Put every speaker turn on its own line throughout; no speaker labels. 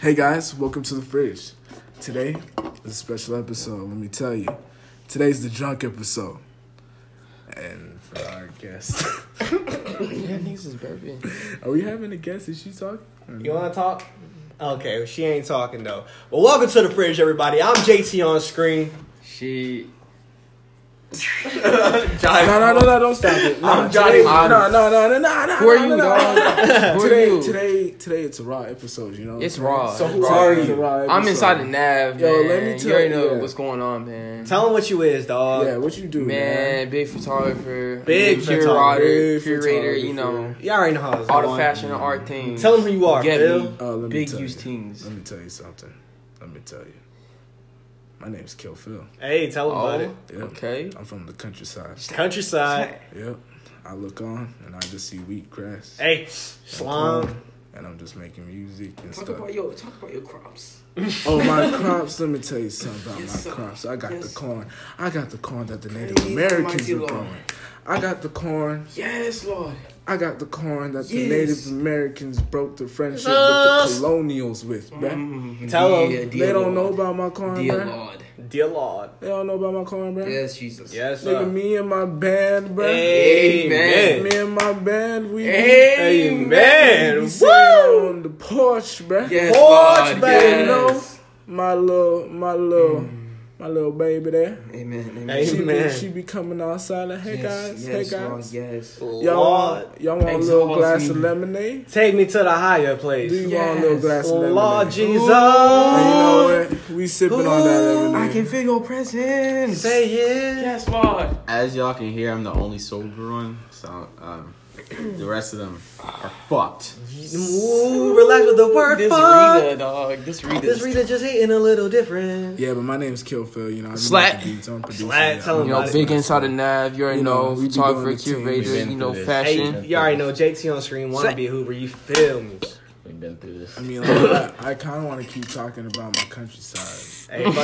Hey guys, welcome to the fridge. Today is a special episode. Let me tell you, today's the drunk episode, and for our guest,
Yeah, niggas is burping.
are we having a guest? Is she talking? Or
You
no?
want to talk? Okay, she ain't talking though. Well, welcome to the fridge, everybody. I'm JT on screen.
She.
No, no, no, no! Don't stop it. No,
I'm Johnny
today- No,
Honest.
no, no, no, no, no!
Who are
no,
you,
no, no.
dog? Who are
Today,
you?
today, today, it's a raw episode. You know, what
It's
I'm saying?
raw.
So
So
who
who
are
It's a
you?
raw
I'm
episode.
inside the nav, man.
Yo, let me tell
you already know
yeah.
what's going on, man.
Tell them what you is, dog.
Yeah, what you do, man?
Man, big photographer,
Big photographer,
curator,
big
curator, you
photographer.
know,
Y'all already know how it's
all the
going.
fashion and art things.
Tell them who you are,
Get
Bill.
me.
Uh, let me
Big
tell
use
you.
teams.
Let me tell you something. Let me tell you. My name's Kill Phil.
Hey, tell them
Oh,
about it.
Yeah.
okay.
I'm from the countryside.
Countryside.
Yep. I look on and I just see wheat grass. and
Hey, slum.
corn, And I'm just making music and
Talk
stuff.
about your talk about your crops.
Oh my crops! Let me tell you something about
Yes,
my
sir.
crops. I got
Yes.
the corn. I got the corn that the Native
Praise
Americans
Almighty
were
Lord.
growing. I got the corn.
Yes, Lord.
I got the corn that the
Yes.
Native Americans broke the friendship with
Yes.
the colonials with. bruh.
Mm,
Tell
dear-
'em.
dear
They don't know
Lord.
about my corn,
Dear
bruh.
Lord.
Dear Lord.
They don't know about my corn, bruh.
Yes, Jesus.
Yes,
Nigga,
sir.
me and my band, bruh.
Amen.
Me and my band, we.
Amen.
We sat
Woo!
on the porch, bruh.
Yes,
Porch
Lord.
baby,
Yes.
My little, my little, my little baby there.
Amen. Amen.
Hey,
She be,
Mm. Amen.
she be coming outside like, hey
yes,
guys,
yes,
hey
Lord,
guys.
yes.
Y'all
Lord.
want, y'all want a little
Exalt
glass
me.
of lemonade?
Take me to the higher
Do you
place.
want a little
Yes.
glass of lemonade?
Lord
And you know
Jesus.
what? We sipping on that lemonade.
I can feel your presence.
Say yeah.
Yes, Lord.
As y'all can hear, I'm the only sober one, so um, the rest of them are fucked.
Ooh, relax with the word
This
fuck.
Rita, dog. This Rita.
This Rita just hitting a little different.
yeah, but my name's Kill Phil. You know, I do
Slat.
like the beats, I'm producing,
Slat,
yeah.
tell
You know,
Somebody.
big inside the nav. You already
You know,
know,
we be
photographer,
doing the team.
curator.
We've been
You know,
through this.
fashion.
Hey, you already know JT on screen, wanna be a Hoover, you feel me?
We've been through this.
I mean, like, I, I kind of want to keep talking about my countryside.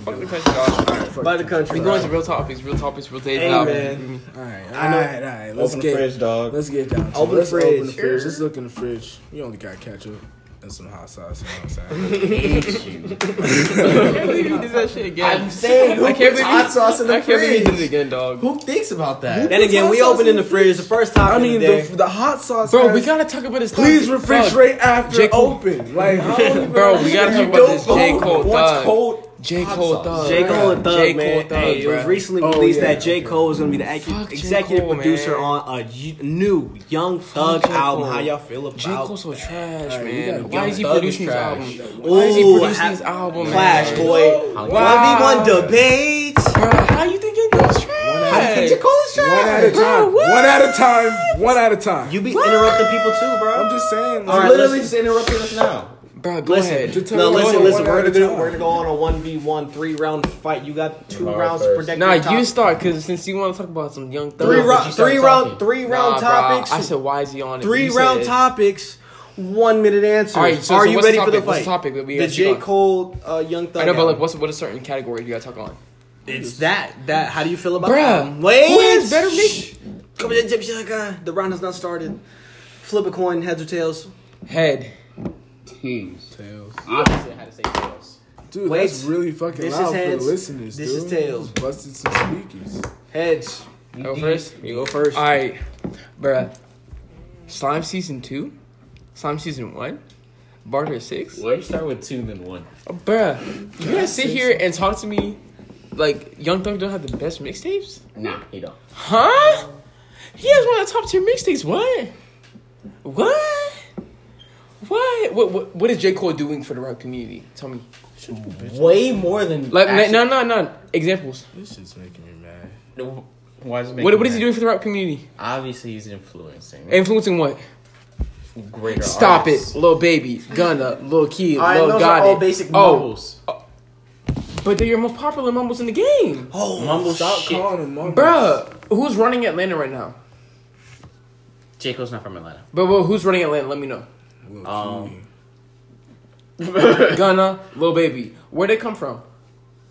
Hey, fuck,
Fuck the country, dog.
Fuck
by the country.
We going to real topics, real topics, real days. now.
Amen.
All right, all
I know-
right, all right. Let's get
dog.
let's get down. To it.
Open the
Let's
fridge.
open the fridge. Let's look in the fridge. You only got ketchup and some hot sauce. You know what I'm saying?
I can't believe you did that shit again.
I'm saying, who
I can't
puts
believe-
hot sauce in
I can't
the
believe you
fridge?
did it again, dog.
Who thinks about that?
Then again, we
hot sauce
opened in the fridge the first time.
I mean,
in the day.
the, the hot sauce.
Bro,
has-
we gotta talk about this.
please
topic.
refrigerate after
J. Cole.
open. Like, I don't even
Bro, we gotta talk about this J. Cole
What's
thug.
cold?
J. Cole thug.
J. Cole and Thug,
J. Cole
man.
and Thug,
hey, it was
bruh.
recently
Oh,
released
yeah,
that J. Cole is gonna be the acu-
Fuck J.
executive
Cole,
producer
man.
on a y- new Young Thug
J. Cole.
album. How y'all feel about
J. Cole's so trash,
Alright, you gotta
man. Why
go.
is he
Thug is
producing this
trash.
album?
Ooh,
Why is he producing
ha-
this album? man?
Clash, boy.
Wow.
One v one debate.
Bro, how you think J. Cole's trash?
Cole's
One at a time. One at a time. One at a time.
You be interrupting people too, bro.
I'm just saying.
All
Like,
right, listen.
Literally just interrupting us now.
Bro, go
Listen,
ahead.
Just tell
no,
me
listen,
one
listen.
at
We're
a
gonna do,
time.
we're gonna go on a one v one three round fight. You got two
Tomorrow
rounds to
first.
protect
Nah,
your top.
you start, cause since you wanna talk about some young thug.
three
Did you
round,
start
three round,
talking?
three
Nah,
round
bro.
topics.
I said, why is he on it?
three
You said-
round topics, one minute answers.
All right, so-
Are
so
you
what's the
ready for the
topic? What's
fight?
the topic that we
the
gotta speak
J
on?
Cole uh, Young Thug.
I know, but like,
album.
what's what a certain category do you gotta talk on?
it's that that. How do you feel about
Bruh,
that?
who has better
Shh. Come on, Jim Shaka. The round has not started. Flip a coin, heads or tails.
Head.
Teams.
Tails.
Obviously, I had to say tails.
Dude,
Wait.
that's really fucking
This is
loud for
heads.
the listeners.
This
dude.
is tails.
Just busted some squeakies.
Heads.
I go first.
You go first.
All right, bruh. Slime season two, slime season one, Barter six,
Why you start with two then one?
bruh. You gonna sit here and talk to me like Young Thug don't have the best mixtapes?
Nah, he don't.
Huh? He has one of the top tier mixtapes. What? What? What? What? What? What is J Cole doing for the rap community? Tell me.
Way more than.
Like, no, no, no. Examples.
This shit's making me mad.
no. Why is it
What? What is he doing for the rap community?
Obviously, he's influencing.
Influencing what?
Greater
Stop
artists.
it, little baby, Gunna, little kid,
All right,
little
those are
got
all
it.
basic
oh,
mumbles.
but they're your most popular mumbles in the game,
Oh, mumble
Stop
shit.
calling him mumbles.
bruh. Who's running Atlanta right now?
J. Cole's not from Atlanta.
But well, who's running Atlanta? Let me know.
Look,
Um,
you-
Gunna, little baby, where they come from?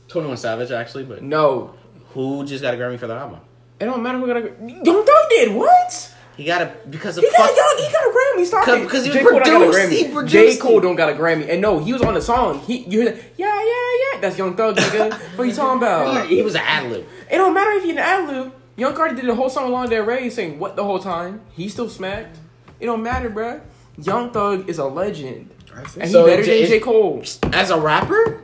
Twenty One Savage actually, but
No,
who just got a Grammy for their album?
it don't matter who got a. Young Thug did what?
He got a because of
He got,
fuck-
yo, he got a Grammy. Stop
Cause-
it.
cause he
J. Cole don't got a
produced,
Grammy.
he
J.
produced
Cole
it.
don't got a Grammy. And no, he was on the song. He, you hear that? Yeah, yeah, yeah. That's Young Thug, nigga. what you talking about?
He was an ad lib.
It don't matter if you're an ad lib. Young Cardi did the whole song along Del Rey saying what the whole time. He still smacked. It don't matter, bruh. Young Thug is a legend. And he
So
better
J-
than J. Cole.
As a rapper?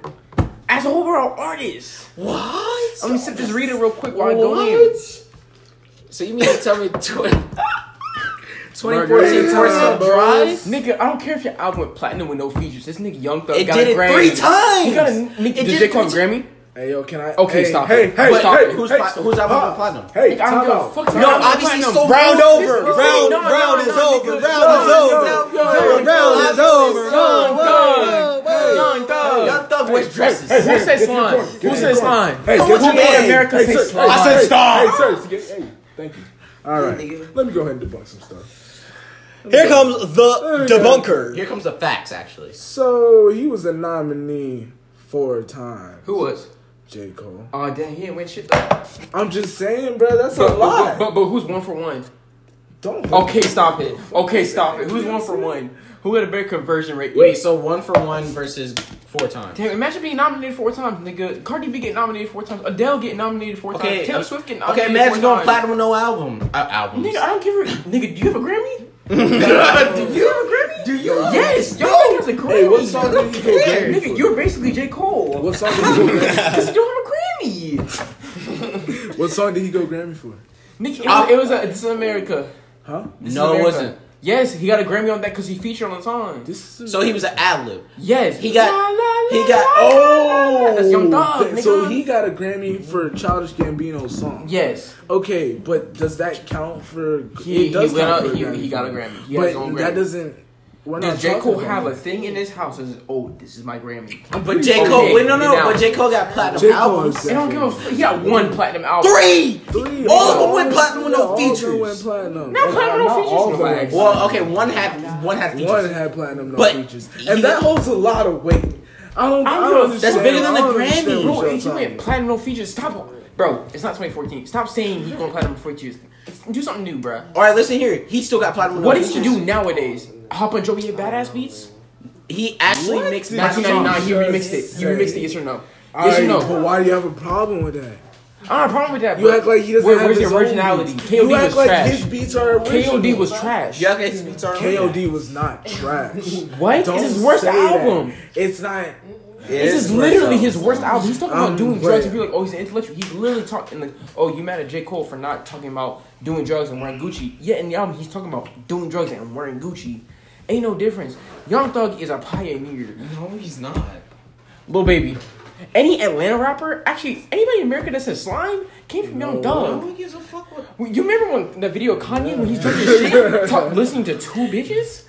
As an overall artist.
What?
Let me sit this read it real quick while I go in.
What? So you mean to tell me tw- 2014
Margarita
Torso
Bros.
Drive?
Nigga, I don't care if your album went platinum with no features. This nigga Young Thug
It
got
did
a
it
Grammy.
three times.
He got a
It
nigga, did
did
J.
it
Cole have a
three
Grammy?
Hey yo, can I?
Okay,
hey,
stop
hey,
it.
Hey,
But
hey, hey,
who's
hey,
pla- who's album
huh?
went platinum?
Hey,
Nigga, I don't
time
give a
out.
fuck.
No, obviously
Platinum.
so
Brown
round over.
This-
Round,
no, no, no,
round is
no,
over.
nigga.
Round is
Yo,
over.
yo, yo,
Round is over.
Young
Whoa,
Thug.
whoa, whoa.
Young Thug.
Young Thug wears dresses.
Hey,
Who
hey, get
said
to your
slime?
point, get
Who
to
said
your point.
slime?
Hey,
Who
get to
your
made
point.
America
Hey,
say
sir,
slime?
hey,
I said
hey,
stop.
Hey, sir, get- hey, thank you. All right, let me go ahead and debunk some stuff.
Here comes the debunker.
Here comes the facts, actually.
So he was a nominee four times.
Who was?
J Cole.
Oh, damn, he didn't win shit though.
I'm just saying, bro. That's a
But- But, but,
lie.
but who's one for one?
Don't.
Oh, Okay, stop it. Okay, stop it. Who's one for one? Who had a better conversion rate?
Wait, so one for one versus four times.
Damn, imagine being nominated four times, nigga. Cardi B getting nominated four times. Adele getting nominated four times. Taylor Swift getting
okay.
nominated
Imagine
four
going
times.
platinum with no album. Uh, albums.
Nigga, I don't give a... Nigga, do you have a Grammy?
Dude,
Do you have a Grammy? Do you? Yes, yo, nigga has a Grammy.
Hey, what song did you go
Yeah,
Grammy
Nigga,
for?
you're basically J. Cole.
What song did he go? Grammy?
Because you don't have a Grammy.
What song did he go Grammy for?
Nigga, it was, it was a, This is America.
Huh?
This is
No, it
America.
wasn't.
Yes, he got a Grammy on that because he featured on the song.
This is
So he was an ad lib.
yes,
He got-
La, la,
he got-
la, la, la,
Oh,
la. that's Young Thug.
th- so
nigga.
he got a Grammy for Childish Gambino's song.
Yes,
Okay, but does that count for?
He-
it does
he went
count
out-
for a
he- he got a
for it.
Grammy. He
but
has his own
that
Grammy.
doesn't. We're not
does J. Cole
talking
have
about
a
it.
thing in his house? Is oh, this is my Grammy.
Oh, But J
Okay,
Cole. wait, no, no,
now-
no. But J Cole got platinum
J. Cole
albums.
is
I don't give a. F- he got one platinum album.
Three.
Three.
All of them went platinum with no
all of them
features.
went platinum.
Not platinum, no
Not
features,
all of them
relax.
went
Well, okay. One had one had features.
One had platinum, no
But-
features,
Yeah.
and that holds a lot of weight. I don't. I
I'm
don't
gonna-
understand.
That's bigger than
I
the
don't understand what
Grammy.
Bro,
y'all
he went
talking about.
platinum features. Stop, bro. It's not 2014. Stop saying he's going platinum features. Do something new, bro.
All right, listen here. He still got platinum. with
What
no
does he
features.
do nowadays? Hop on Joey and Badass Beats?
He actually
What
mixed
did
matches.
you-
1999. He remixed it.
Jesus.
You remixed it. Yes or no?
All
Yes or
right, but
no?
why do you have a problem with that?
I don't have a problem with that.
You
bro.
act like he doesn't
Where-
have
Where's
his
your
own
originality?
beats.
KOD
you act
was
like
trash.
his beats are original.
KOD was trash.
Yeah, okay, his beats are.
KOD was not trash.
What? It's his worst
say
album.
That. It's not.
This is literally his worst album. He's talking about
Um,
doing
but-
drugs and be like, oh, he's an intellectual. He's literally talking like, oh, you mad at J. Cole for not talking about doing drugs and wearing Gucci. Yet in the album, he's talking about doing drugs and wearing Gucci. Ain't no difference. Young Thug is a pioneer.
No, he's not.
Lil Baby. Any Atlanta rapper, actually, anybody in America that says slime came from Young Thug.
gives a fuck what?
Well, You remember when the video of Kanye when he's drinking shit, talk, listening to two bitches?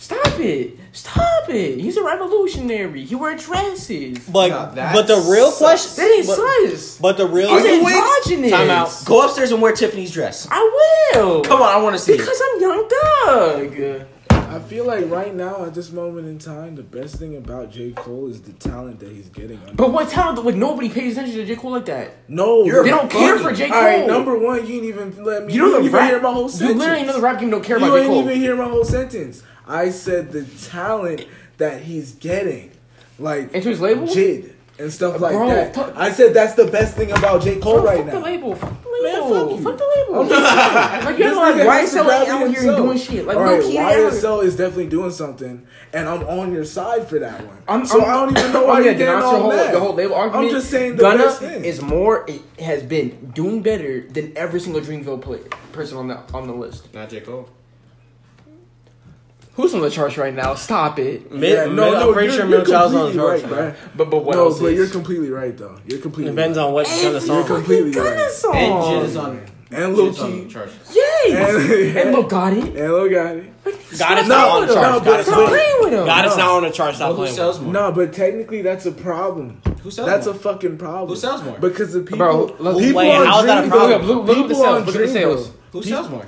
Stop it! Stop it! He's a revolutionary. He wear dresses.
But
No, that
but the real
sucks.
question.
That ain't
but,
sus.
but the real.
He's
you awake?
androgynous.
Time out. Go upstairs and wear Tiffany's dress.
I will.
Come on, I want to see. it.
Because I'm Young Thug.
I feel like right now, at this moment in time, the best thing about J. Cole is the talent that he's getting.
But what talent would nobody pay attention to J. Cole like that?
no,
You're
They don't care
Funny.
for J. Cole.
All right, number one, you didn't even let me.
you
You,
know
didn't
the
even
rap.
hear my whole
you
sentence.
literally know the rap game don't care
You
about J.
ain't
Cole.
even hear my whole sentence. I said the talent that he's getting, like
Into his label?
Jid and stuff like
Bro,
that.
fuck-
I said that's the best thing about J. Cole
Bro,
right
fuck
now.
the label. Fuck the
Man,
label.
fuck you.
fuck the label. like you
This
know, like
nigga
why
has
is
to
LA
grab
out here
himself.
and doing shit? Like
All
no
right,
kid out here.
YSL is definitely doing something, and I'm on your side for that one.
I'm,
so
I'm, oh,
I don't even know why
I'm
you're
gonna
getting
denounce
all
your whole,
mad.
your whole label argument.
I'm just saying the
Gunna
best thing.
is more. It has been doing better than every single Dreamville player, person on the on the list.
Not J Cole.
Who's on the charts right now? Stop it.
Mid,
Yeah,
no, no, I'm pretty
you're-
sure
you're
Mill Child's on
completely
charts.
right,
Right,
bruh.
But but what
No,
else?
but
is?
you're completely right though. You're completely
Depends
right.
on what kind of
You're
song.
completely
Gunna
right.
song.
And Jid is on.
And Lil
Jid's on
Key.
charges.
Yes.
And-
and look, got it.
And Lil Gotti.
God is
Stop
not on
with
the
him.
No,
charts. God
but-
is
Stop
not on-
playing with him.
God is not on the charts. Stop
Uh, Who
playing. with
sells
him.
more?
No, but technically that's a problem.
Who sells
That's
more?
a fucking problem.
Who sells more?
Because the people,
Bro, look-
people
Wait,
on
how is that a
Dreamville-
problem?
Look- look at the
people on
sales, look at the
Dreamville-
sales.
Who sells more?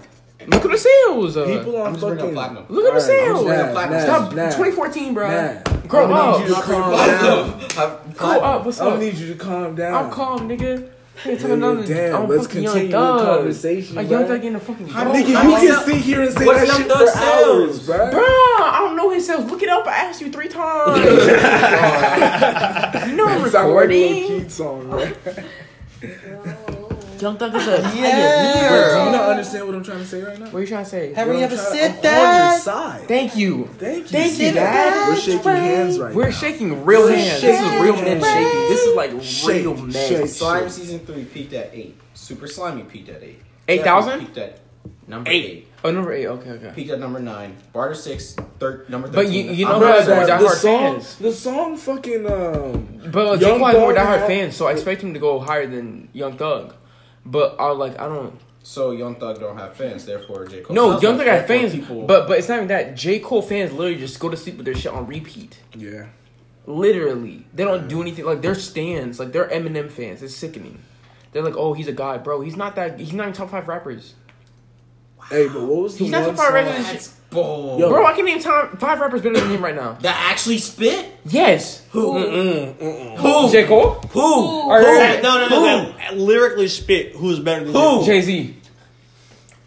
Look at the sales. uh,
People on
I'm just bringing up
fucking
platinum.
Look at the
Alright,
sales.
nah, nah,
Stop.
nah.
2014, bro.
Nah.
Grow
I need
up.
you to
Grow
calm
up.
down.
I've-
Grow up. What's
I
up?
need you to calm down.
I'm calm, nigga. Hey, talking about
Oh. Damn,
I'm
let's
fucking Young
continue the
Thug.
conversation,
Like Young
bruh.
Thug getting a fucking
How
dog.
nigga, you
I mean,
can sit here and say
what's
that
Young
shit for
Thug's
hours,
sales?
bro.
Bruh, I don't know his sales. Look it up. I asked you three times. you know I'm recording.
song, bro.
Young Thug is a
Do you
yeah.
not understand what I'm trying to say right now?
What are you trying to say?
Have
Bro,
you
I'm
ever
trying-
said
I'm On your
that?
side.
Thank you.
Thank you.
Thank you,
Sid.
Dad.
We're shaking hands right
We're
now.
shaking real
We're
hands. This is
shaking
real men
hands.
shaking. This is like
Shake,
real men.
shake.
Slime season three peaked at eight. Super slimy peaked at eight.
8,000?
Definitely Peaked at number
Eight.
eight.
Oh, number eight. Okay, okay.
Peaked at number nine. Barter six. Thir- number
But
thirteen.
you- you
I'm
know
not
Bro,
how Those are
sure.
that-
die
the
hard
song,
fans.
the song, fucking um.
But
Young
Jake White's more
Thug
diehard
had-
fans, so I expect him to go higher than Young Thug. But I like I don't.
So Young Thug don't have fans, therefore J Cole.
No,
Sounds
Young Thug
like
got
therefore
fans, but but it's not even that. J Cole fans literally just go to sleep with their shit on repeat.
Yeah.
Literally, they don't do anything. Like they're stands, like they're Eminem fans. It's sickening. They're like, oh, he's a god, bro. He's not that. He's not even top five rappers,
Hey, but what was the
He's not
one
the fire
song?
resident.
That's bold.
Yo.
bro. I can name top five rappers better than him right now.
That actually spit?
Yes,
Who? Who?
J Cole,
Who?
All right, all right.
No, no, no, no. Lyrically spit, who's better than
Who?
Jay-
Jay Z,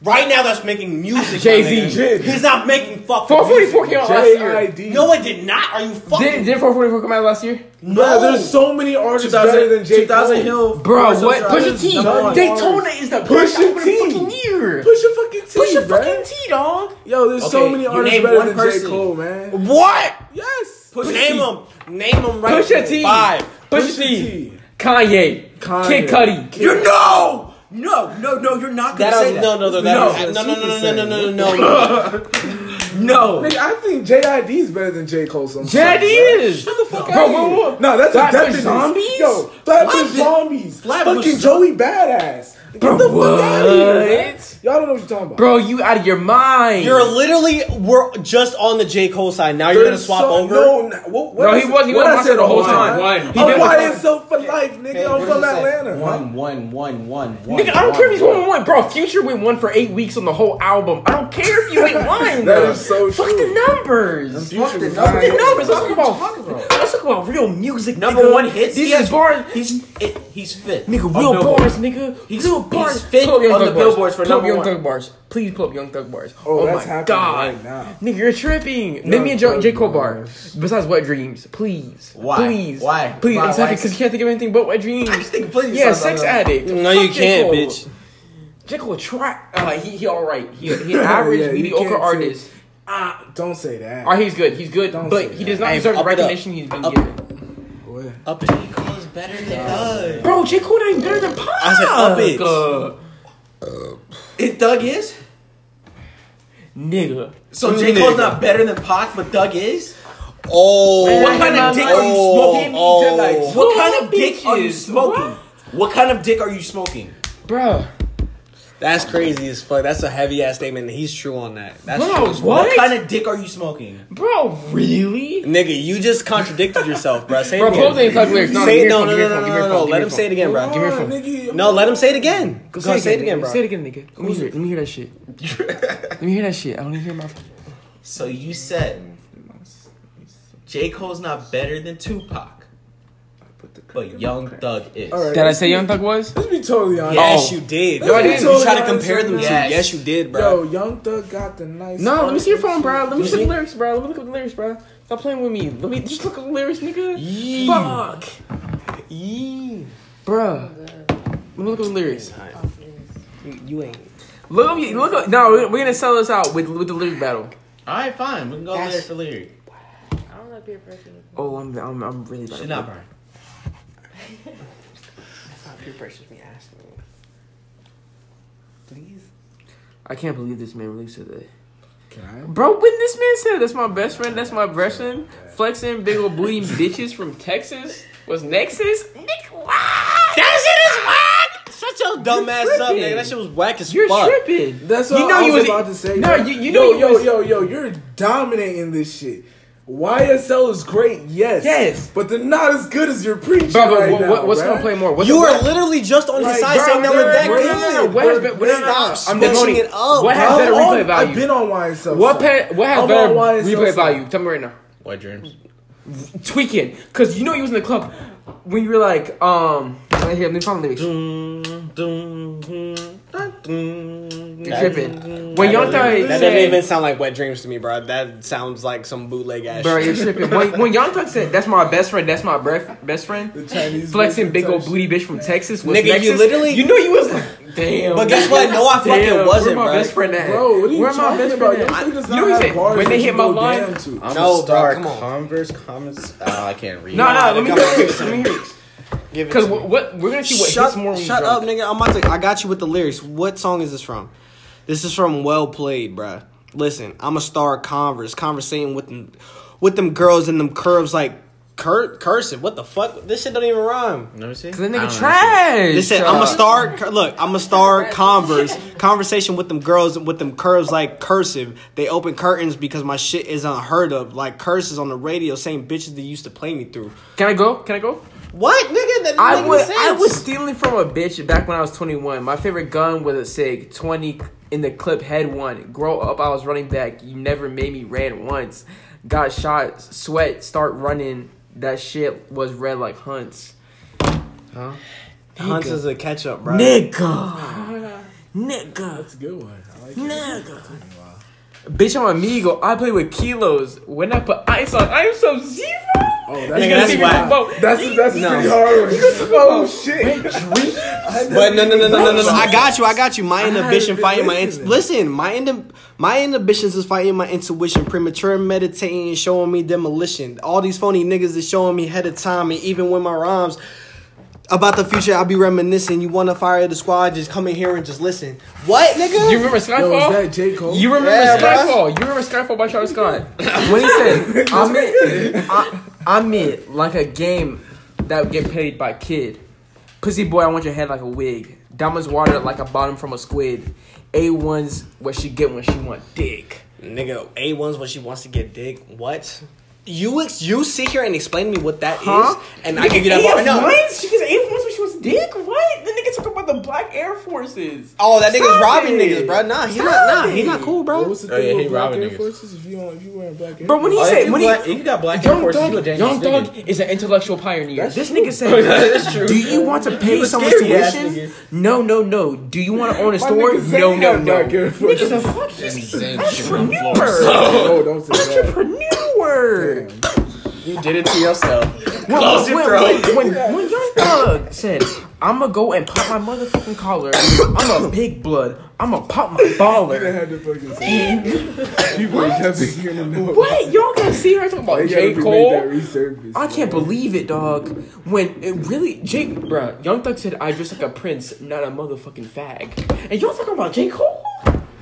Right now, that's making music. my
Jay-Z.
nigga. He's not making fucking.
four forty four
music.
came out last year.
J.I.D.
No, it did not. Are you fucking?
Did did four forty four come out last year,
no.
Bro, there's so many artists better than J.
2000
Cole.
Hill.
bro?
Forest
What
Hill
Pusha
Drive
T?
is number one.
Daytona is the
Pusha
best album of the
T.
fucking year.
Push your fucking teeth,
Pusha
bro.
fucking T, dog.
Yo, there's so
Okay,
many
you
artists
name
better
one
than J.
person.
Cole, man.
what?
Yes.
Name him. Name him right
Pusha
now.
T,
Five.
Pusha T, Kanye, Kid Cudi.
You know! No, no, no, you're not gonna
That
say
was,
that.
no, no, no, that was, no, no, no, no, no, no, no, no, no.
no.
Nigga, I think J.I.D. is better than J. Cole sometimes.
Yeah, it
bruh.
is. Shut the fuck bro, Whoa, whoa.
No, that's
Flatbush
a death in
Zombies?
Yo, Flatbush
Flatbush-
Zombies.
Flatbush-
Fucking Joey Badass. Get
Bro,
the fuck out of here. man.
what?
Y'all don't know what you're talking about.
Bro, you out of your mind.
You're literally we're just on the J Cole side. Now you're gonna
There's
swap
so-
over.
No, no, what, what
No, he
is-
wasn't. He
what
was
I
on my
said
side the whole
one.
time.
One.
He
I'm
been on my
YSL for life, nigga.
Hey,
I'm
what does
from
it say?
Atlanta.
One, one, one, one, one.
Nigga, I don't care if he's
one,
one one, bro. Future went one for eight weeks on the whole album. I don't care if you went
That
one. bro.
is so
Fuck
true.
the numbers.
Future
Fuck the
was
numbers.
Fuck the
fine.
numbers. Let's
What
talk
are you
about
talking about?
let's talk about real music.
Number
nigga.
one hits.
These
he has
is bars.
He's it, he's fit.
Nigga,
On
real
Billboard.
bars, nigga.
He's-
real
he's
bars.
fit
Pull up Young
on the
Thug bars.
billboards for
Pull up
number
Young
one.
Thug bars. Please pull up Young Thug bars.
Oh,
Oh,
that's
my
happening
god,
right now.
nigga, you're tripping. Let
Young
me and J,
Thug
J. Cole bar.
bars.
Besides Wet Dreams, please.
Why?
Please.
Why?
Please.
Why-
Exactly,
why-
because you can't think of anything but Wet Dreams.
I think plenty of
yeah,
songs
sex
on that.
addict.
No, you
Fuck J.
can't,
Cole.
bitch.
J. Cole try. Uh, he he, all right. He he an average
Yeah, you
mediocre
can't say-
artist.
Ah, don't say that.
All right, he's good. He's good,
Don't say
but he does
that.
not
Hey,
deserve the
up it up.
recognition he's been
Up-
given.
Boy.
Up it. J Cole is better than us.
Bro, J. Cole ain't better than Pac.
I said up it.
Uh,
It Doug is?
nigga.
So J. Cole's not better than Pac, but Doug is?
Oh,
What kind of dick are you smoking?
Oh,
What kind of dick are you
Bitches.
smoking? What kind of dick are you smoking?
Bro.
that's crazy as fuck. That's a heavy ass statement. and He's true on that. That's
Bro,
true as fuck.
what?
What kind of dick are you smoking?
Bro, really?
Nigga, you just contradicted yourself, bro. Say it
Bro,
again.
Paul didn't talk lyrics. No, give
Say
me
it.
your
No,
phone,
no,
give me
no,
your phone, give
no,
me
no,
your
no.
phone,
Let
give
him
me
say it again, bro. Give me your phone.
Nigga,
No, let him say it again. Go
Say,
on, say it again, bro.
Say it again, nigga. Let me hear it. Let me hear that shit. Let me hear that shit. I want to hear my.
So you said J. Cole's not better than Tupac, but Young Thug is.
All right.
Did I say Young Thug was?
Let's be totally honest.
Yes,
Oh.
you did.
No, I
You
didn't.
tried to compare them to.
Yes.
Yes, you did,
Yo,
bro.
Young Thug got the nice.
No, let me see your phone, bro. Let me see the
Mhm.
lyrics, bro. Let me look at the lyrics, bro. Stop playing with me. Let me just look at the lyrics, nigga.
Yee.
Fuck,
Yee.
bro. Let me look at the lyrics.
You- You ain't.
Look at me. Look at. No, we're, we're gonna sell this out with with the lyric battle.
All right, fine. We can go lyric for lyric.
I don't like peer pressure.
Oh, I'm I'm, I'm really bad.
Should not burn.
Peer pressure's me asking. Please.
I can't believe this man released today.
Can I?
Bro, when this man said that's my best friend, that's my best friend, flexing big old booty bitches from Texas was Nexus? Nick, why?
That shit is whack. Shut your dumb ass up,
tripping.
nigga. That shit was whack as
You're
fuck.
tripping.
That's what
You know
I
you
was
was-
about to say.
No,
bro.
you-
yo,
you know you
yo,
was-
yo, yo, you're dominating this shit. YSL is great, yes,
Yes.
but they're not as good as your preaching
Bro, but
right
what,
now.
what, what's
bruh.
gonna play more? What's
You
the-
are literally just on his
Like,
side
bro,
saying that
they're-
we're that
they're-
good.
they're-
What has been- what has-
Stop
I'm just voting.
switching it
What
up. bro.
has better
I'm on-
replay value?
I've been on YSL.
What,
side.
pa- what has
I'm
better
on YSL
replay
side.
value? Tell me right now.
White dreams.
tweaking because you know you was in the club when you were like um right here let me find the lyrics tripping. When Young Thug
That doesn't even
said,
sound like wet dreams to me, bro. That sounds like some bootleg ass
"Bro, you're
shit.
tripping." When, when Young Thug said, "That's my best friend. That's my bref- best friend."
Chinese
Flexing big old
blue.
booty bitch from Texas was
Nigga, you
Nexus.
literally-
you know you was like, damn.
But guess what? No, I fucking
Damn,
wasn't,
Where my
bro.
best friend at?
Bro, what are you
where my
talking
best
about?
friend at?
Young Thug does
You
not
know what he
have
said?
bars
When
that
they
you
hit my
go
line,
down to.
I'm
No,
no,
bro,
star
come on.
Converse comments. Oh, I can't read.
No,
Nah,
no, let me
come
hear
on.
it. Let me hear it.
Give it
Because
to me.
what, what we're gonna see what
shut,
hits more. When we
shut
drunk.
up, nigga. I'm about to. I got you with the lyrics. What song is this from? This is from Well Played, bruh. Listen, I'm a star of Converse, conversating with them, with them girls and them curves like cur- cursive. What the fuck? This shit don't even rhyme.
Let me see.
Cause that nigga trash.
They said I'm a
Uh,
star. cur- Look, I'm a star. Converse conversation with them girls with them curves like cursive. They open curtains because my shit is unheard of. Like curses on the radio, saying bitches they used to play me through.
Can I go? Can I go?
What nigga? That
I was I was stealing from a bitch back when I was 21. My favorite gun was a Sig 20 in the clip head one. Grow up, I was running back. You never made me ran once. Got shot, sweat, start running. That shit was red like Hunts.
Hunts is a catch up, bro.
Nigga. Nigga.
That's a good one. I like
Nigga. Bitch, I'm amigo. I play with kilos. When I put ice on, I am so zero.
Oh,
Nigga, that's
pretty-
whack.
That's that's
No.
pretty hard. One. Oh shit!
But no, no, no, no, no, no, no. I got you. I got you. My inhibition
been
fighting my int-
listening.
listen. My in- my inhibitions is fighting my intuition. Premature meditating, showing me demolition. All these phony niggas is showing me head of time, and even when my rhymes. About the future, I'll be reminiscing. You want to fire the squad? Just come in here and just listen. What, nigga?
Do you remember Skyfall?
Yo, is that J Cole?
You remember
Yeah, bruh.
Skyfall? You remember Skyfall by Travis Scott? when he said, "I'm in, I, I'm in like a game that would get paid by kid, pussy boy. I want your head like a wig, diamonds water like a bottom from a squid, a ones what she get when she want dick."
nigga, A one's when she wants to get dick. What? You ex- you sit here and explain to me what that is,
Huh?
and I give you that. bar- No,
She gets A ones when she wants dick. What? The nigga talk about the black Air Forces.
oh, that nigga's
Stop
robbing
it.
niggas, bro. Nah, he's
Stop
not. Nah, he's
it.
not cool, bro.
What was the
Oh, yeah,
thing
he
with black
robbing
Air
niggas.
Forces? If you don't, if you wearing black Air
But when he
Oh, if
said,
you
when
black-
he,
if you got black Air
Young
Forces, you a
Thug,
dangerous
Young
nigga.
Thug is an intellectual pioneer.
That's
this
true.
nigga said, "Do you want to pay
a
someone's
scary ass nigga.
tuition? No, no, no. Do you want to own a
My
store?
nigga said
No,
he
no,
got
no.
black Air
Niggas
Forces.
a fucking
Insane shit on the floor.
entrepreneur.
Oh, don't say that.
Entrepreneur.
You did it to yourself.
When,
Close your
when,
throat.
when, when, when Young Thug said, "I'm gonna go and pop my motherfucking collar. I'm a big blood. I'm gonna pop my
I
baller."
had to fucking say that. You were just hearing them more.
What y'all gonna see her talking
They
about
gotta
J
remake that
Cole?
resurface,
I can't
bro.
believe it, dog. When it really, Jake, bruh, Young Thug said, "I dress like a prince, not a motherfucking fag." And y'all talking about J Cole?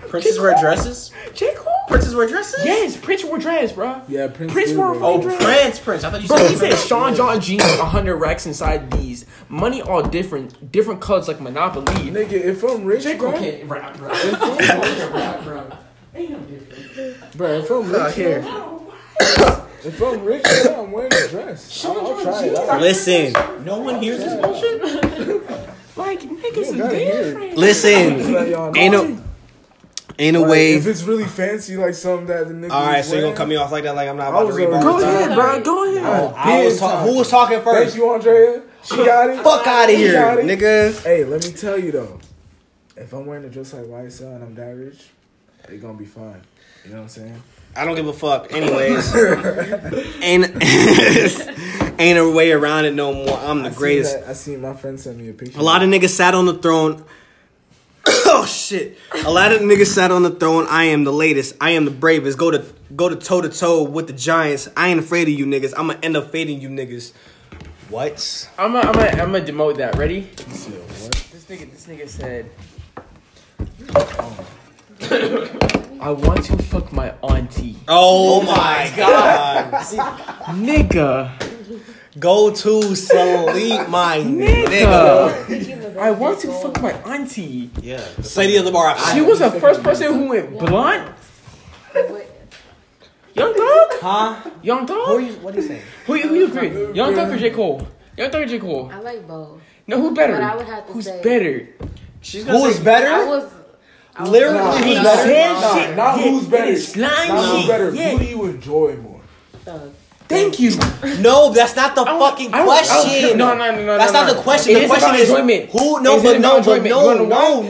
Princes wear dresses.
J Cole?
Princes wear dresses.
Yes, Prince wore dress, bruh.
Yeah, Prince.
Prince
did,
wore a
bro.
Oh,
fucking dress.
Prince, Prince. I thought you
Bro,
said
he said Sean John jeans, hundred racks inside these. Money all different, different colors like Monopoly.
Nigga, if I'm rich,
J Cole
bro,
can't rap, bro.
bro, if I'm rich,
here.
if I'm rich, bro, I'm wearing a dress. I'll, I'll try it out.
Listen,
No one hears this bullshit.
Like niggas is
gotta hear it.
different.
Just let
listen.
y'all
Ain't
know.
no, ain't no
Like,
way.
If it's really fancy, like something that the nigga.
All right,
was
so you gonna
wearing,
cut me off like that? Like I'm not
I
about to
was
rebound.
a-
Go ahead, bro. Go ahead.
Oh, I was ta- who was talking
Thank
first?
you, Andrea. She got it.
Fuck out
She
of here,
got it.
nigga.
Hey, let me tell you though, if I'm wearing a dress like YSL and I'm that rich, they gonna be fine. You know what I'm saying?
I don't give a fuck. Anyways, ain't ain't a way around it no more. I'm
I
the
seen
greatest.
that- I seen my friend send me a picture.
A lot of niggas sat on the throne. oh shit! A lot of niggas sat on the throne. I am the latest. I am the bravest. Go to go to toe to toe with the giants. I ain't afraid of you niggas. I'ma end up fading you niggas. What?
I'm gonna, I'm gonna, I'm gonna demote that. Ready?
Shit, what?
This nigga, this nigga said, "I want to fuck my auntie."
Oh, my god!
Nigga,
go to sleep, my nigga.
nigga, I want to fuck my auntie.
Yeah.
Say the other bar.
She was the first person who went blunt. Young Thug,
Huh?
Young
Who are
Thug.
you? What are you saying?
Who you, who you agree? with? Young Thug or J Cole? Young Thug or J Cole?
I like both.
No, who better?
But I would have to
Who's
say-
better?
She's
Who was
I
better?
was. I was
Literally,
I
he
was
better?
Thug.
Nah, not who's better.
Slime
Not who's
shit.
better.
Yeah.
Who do you enjoy more?
Thug.
Thank you.
No, that's not the fucking
I don't- I don't-
question.
no, no, no, no,
That's
no,
not
no.
the question.
It
the
is
question
about
is
enjoyment.
who? No,
It's
but
about
no, but
enjoyment. You
no,
wanna know
no,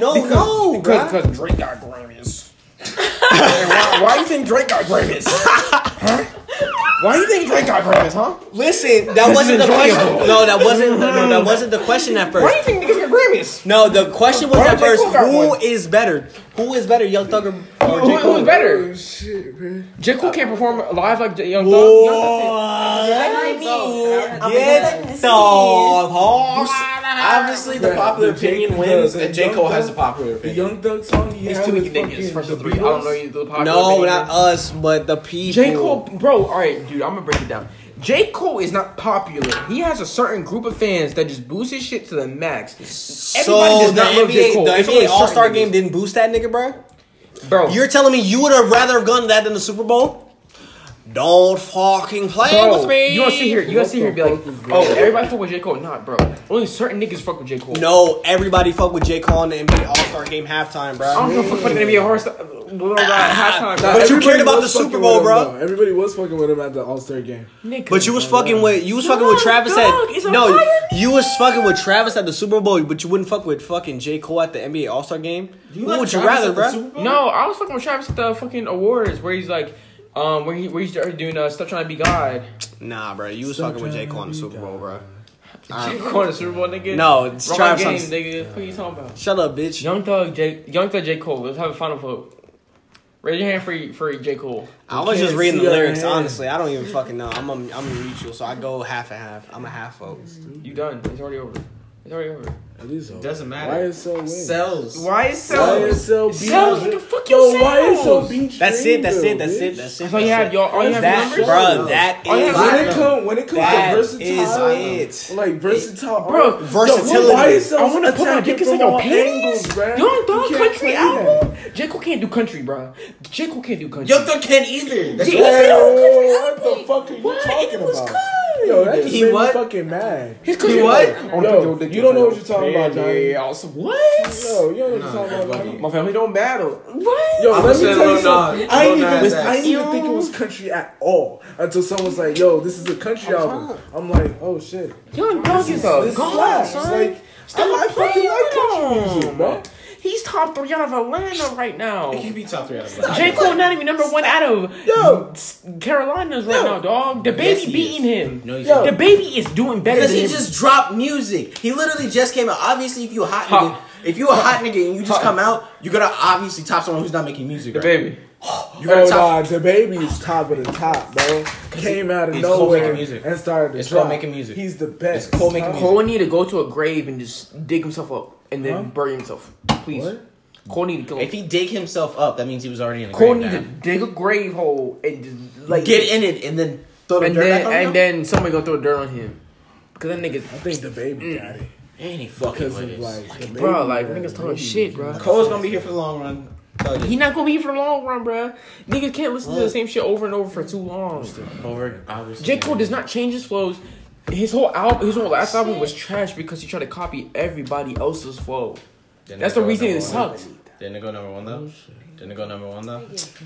why?
no,
because,
no,
because,
bruh.
because Drake got Grammys. why, why you think Drake got Grammys? Huh? Why you think Drake got Grammys, huh?
Listen, that wasn't the question. No, that wasn't. No, that wasn't the question at
Hmm. Why do you
first.
think niggas get Grammys?
No, the question was
Why
at
did J.
first.
Cole got
Who
one?
is better? Who is better, Young Thug or, or
Who,
J.
who
Cole?
was better?
Oh, Shit, man.
J. Cole can't perform live like J- Young Thug.
Oh,
What? Get the horse.
Obviously, the
Bruh,
popular
the J-
opinion
the-
wins,
the
and J.
Young
Cole has the
Thug-
popular
The
opinion.
Young Thug song he
These
had
two
with
niggas niggas
fucking
versus
the
three. I don't
Beatles?
know you the popular
No,
opinion.
not us, but the people.
uh, J. Cole, bro, alright, dude, I'm gonna break it down. J. Cole is not popular. He has a certain group of fans that just boost his shit to the max. Everybody
So
does
the
not love J.
NBA,
Cole.
the
It's only
NBA
certain
All Star
niggas.
game didn't boost that nigga, bro.
Bro,
You're telling me you would have rather have gone to that than the Super Bowl? Don't fucking play
bro,
with me.
You gonna sit here, you gonna sit here and be like,
What the fuck is
oh,
going on?
everybody fuck with J. Cole. Nah, bro. Only certain niggas fuck with J. Cole.
No, everybody fuck with J. Cole in the NBA All Star Game
I
halftime, bro.
don't give a fuck about the NBA All-Star. Halftime, bro.
But you
Everybody
cared about
was
the
fucking
Super Bowl,
with him,
bro.
though. Everybody was fucking with him at the All Star game.
Nigga.
But you was fucking with you was fucking with
Dog,
Travis
dog, it's
at
a
no
fire
you was fucking with Travis at the Super Bowl, but you wouldn't fuck with fucking J Cole at the NBA All Star Game. Who
like
would you
Travis
rather,
at the
bro?
Super Bowl?
No, I was fucking with Travis at the fucking awards where he's like, um, where he where he started doing uh, stuff trying to be God.
Nah, bro, you was fucking with J Cole in the Super Bowl, bro.
J. Cole in the Super Bowl, nigga.
Ah. No, it's
Wrong
Travis
game,
on-
nigga. What are you talking about?
Shut up, bitch.
Young Thug, J. Young Thug, J. Cole. Let's have a final vote. Raise your hand for for J. Cole.
I was just
can't
reading
see
the
our
lyrics.
hand.
Honestly, I don't even fucking know. I'm a, I'm a mutual, so I go half and half. I'm a half vote.
You done? It's already over. It's already over.
At least
It doesn't matter.
YSL wins.
Sells.
Why is
YSL beat
Sells,
Dre-
what the fuck
Yo,
you
YSL
sells?
beat
That's it. That's
Dreamville,
it. That's it.
bitch.
That's it.
That's all you
that's
have,
it.
y'all. All you have
That-
is
That,
numbers.
bro, that
All you have
is.
Oh, When it come, when it comes
That
to versatile,
is it.
like versatile,
Bro,
versatility.
I want to put my dick inside your penis.
bro.
Young Thug country album. J. Cole can't do country, bro. J. Cole can't do country.
Young Thug can't either. That's
J-
what-
what the fuck are you talking about? Yo, that just
He
made me
what?
fucking mad.
His country
You what?
album.
Yo, you don't know what you're talking about, Johnny. Yo,
Else, what?
you don't know what you're talking about. Johnny.
My family don't matter. What?
Yo,
I'm
let me
saying
tell you
Lil
something.
Nas.
I didn't
Lil Nas
even,
X.
I didn't even think it was country at all until someone's like, "Yo, this is a country album." I'm like, "Oh shit,
Young Thug is a
this
god,
slaps!"
son.
Like, I, I fucking like country music, bro.
He's top three out of Atlanta right now.
He be top three out of five.
J. Cole not even number one out of
Yo.
Carolinas right now, dog. The
Yes,
baby
he
beating
is.
him.
No, he's
Yo.
not.
The baby is doing better
Because
than
he
him.
just dropped music. He literally just came out. Obviously, if you a hot nigga,
Huh.
if you a hot nigga and you
Huh.
just come out, you're gonna obviously top someone who's not making music.
the
right
baby.
now. You gotta
Oh
top.
god, the baby is top of the top, bro. Came out of
it's Cole
nowhere
making music.
and started to
It's
drop.
Cole making music.
He's the best.
It's Cole making
Huh?
Cole need to go to a grave and just dig himself up and then
Huh?
bury himself. Please.
What?
Cole need to kill
If
him.
he dig himself up, that means he was already in a
Cole
grave.
need to
now.
dig a grave hole and just like
Get in it and then throw the
and
dirt
then
back on him.
and then somebody gonna throw dirt on him. Cause that nigga's
I think the baby got it
And he fucking
because of
with
like, the baby,
Mm. bro, like
man, the
niggas talking
baby was
shit, bro.
Cole's gonna be here for the long run. Thug is
He not gonna be here for the long run, bro. Niggas can't listen to the same shit over and over for too long.
over. Obviously,
J. Cole does not change his flows. His whole album, his whole last album was trash because he tried to copy everybody else's flow.
Didn't
That's
it
the
go
reason
number
it
one?
sucks.
Didn't it go number one though? Didn't it go number one though?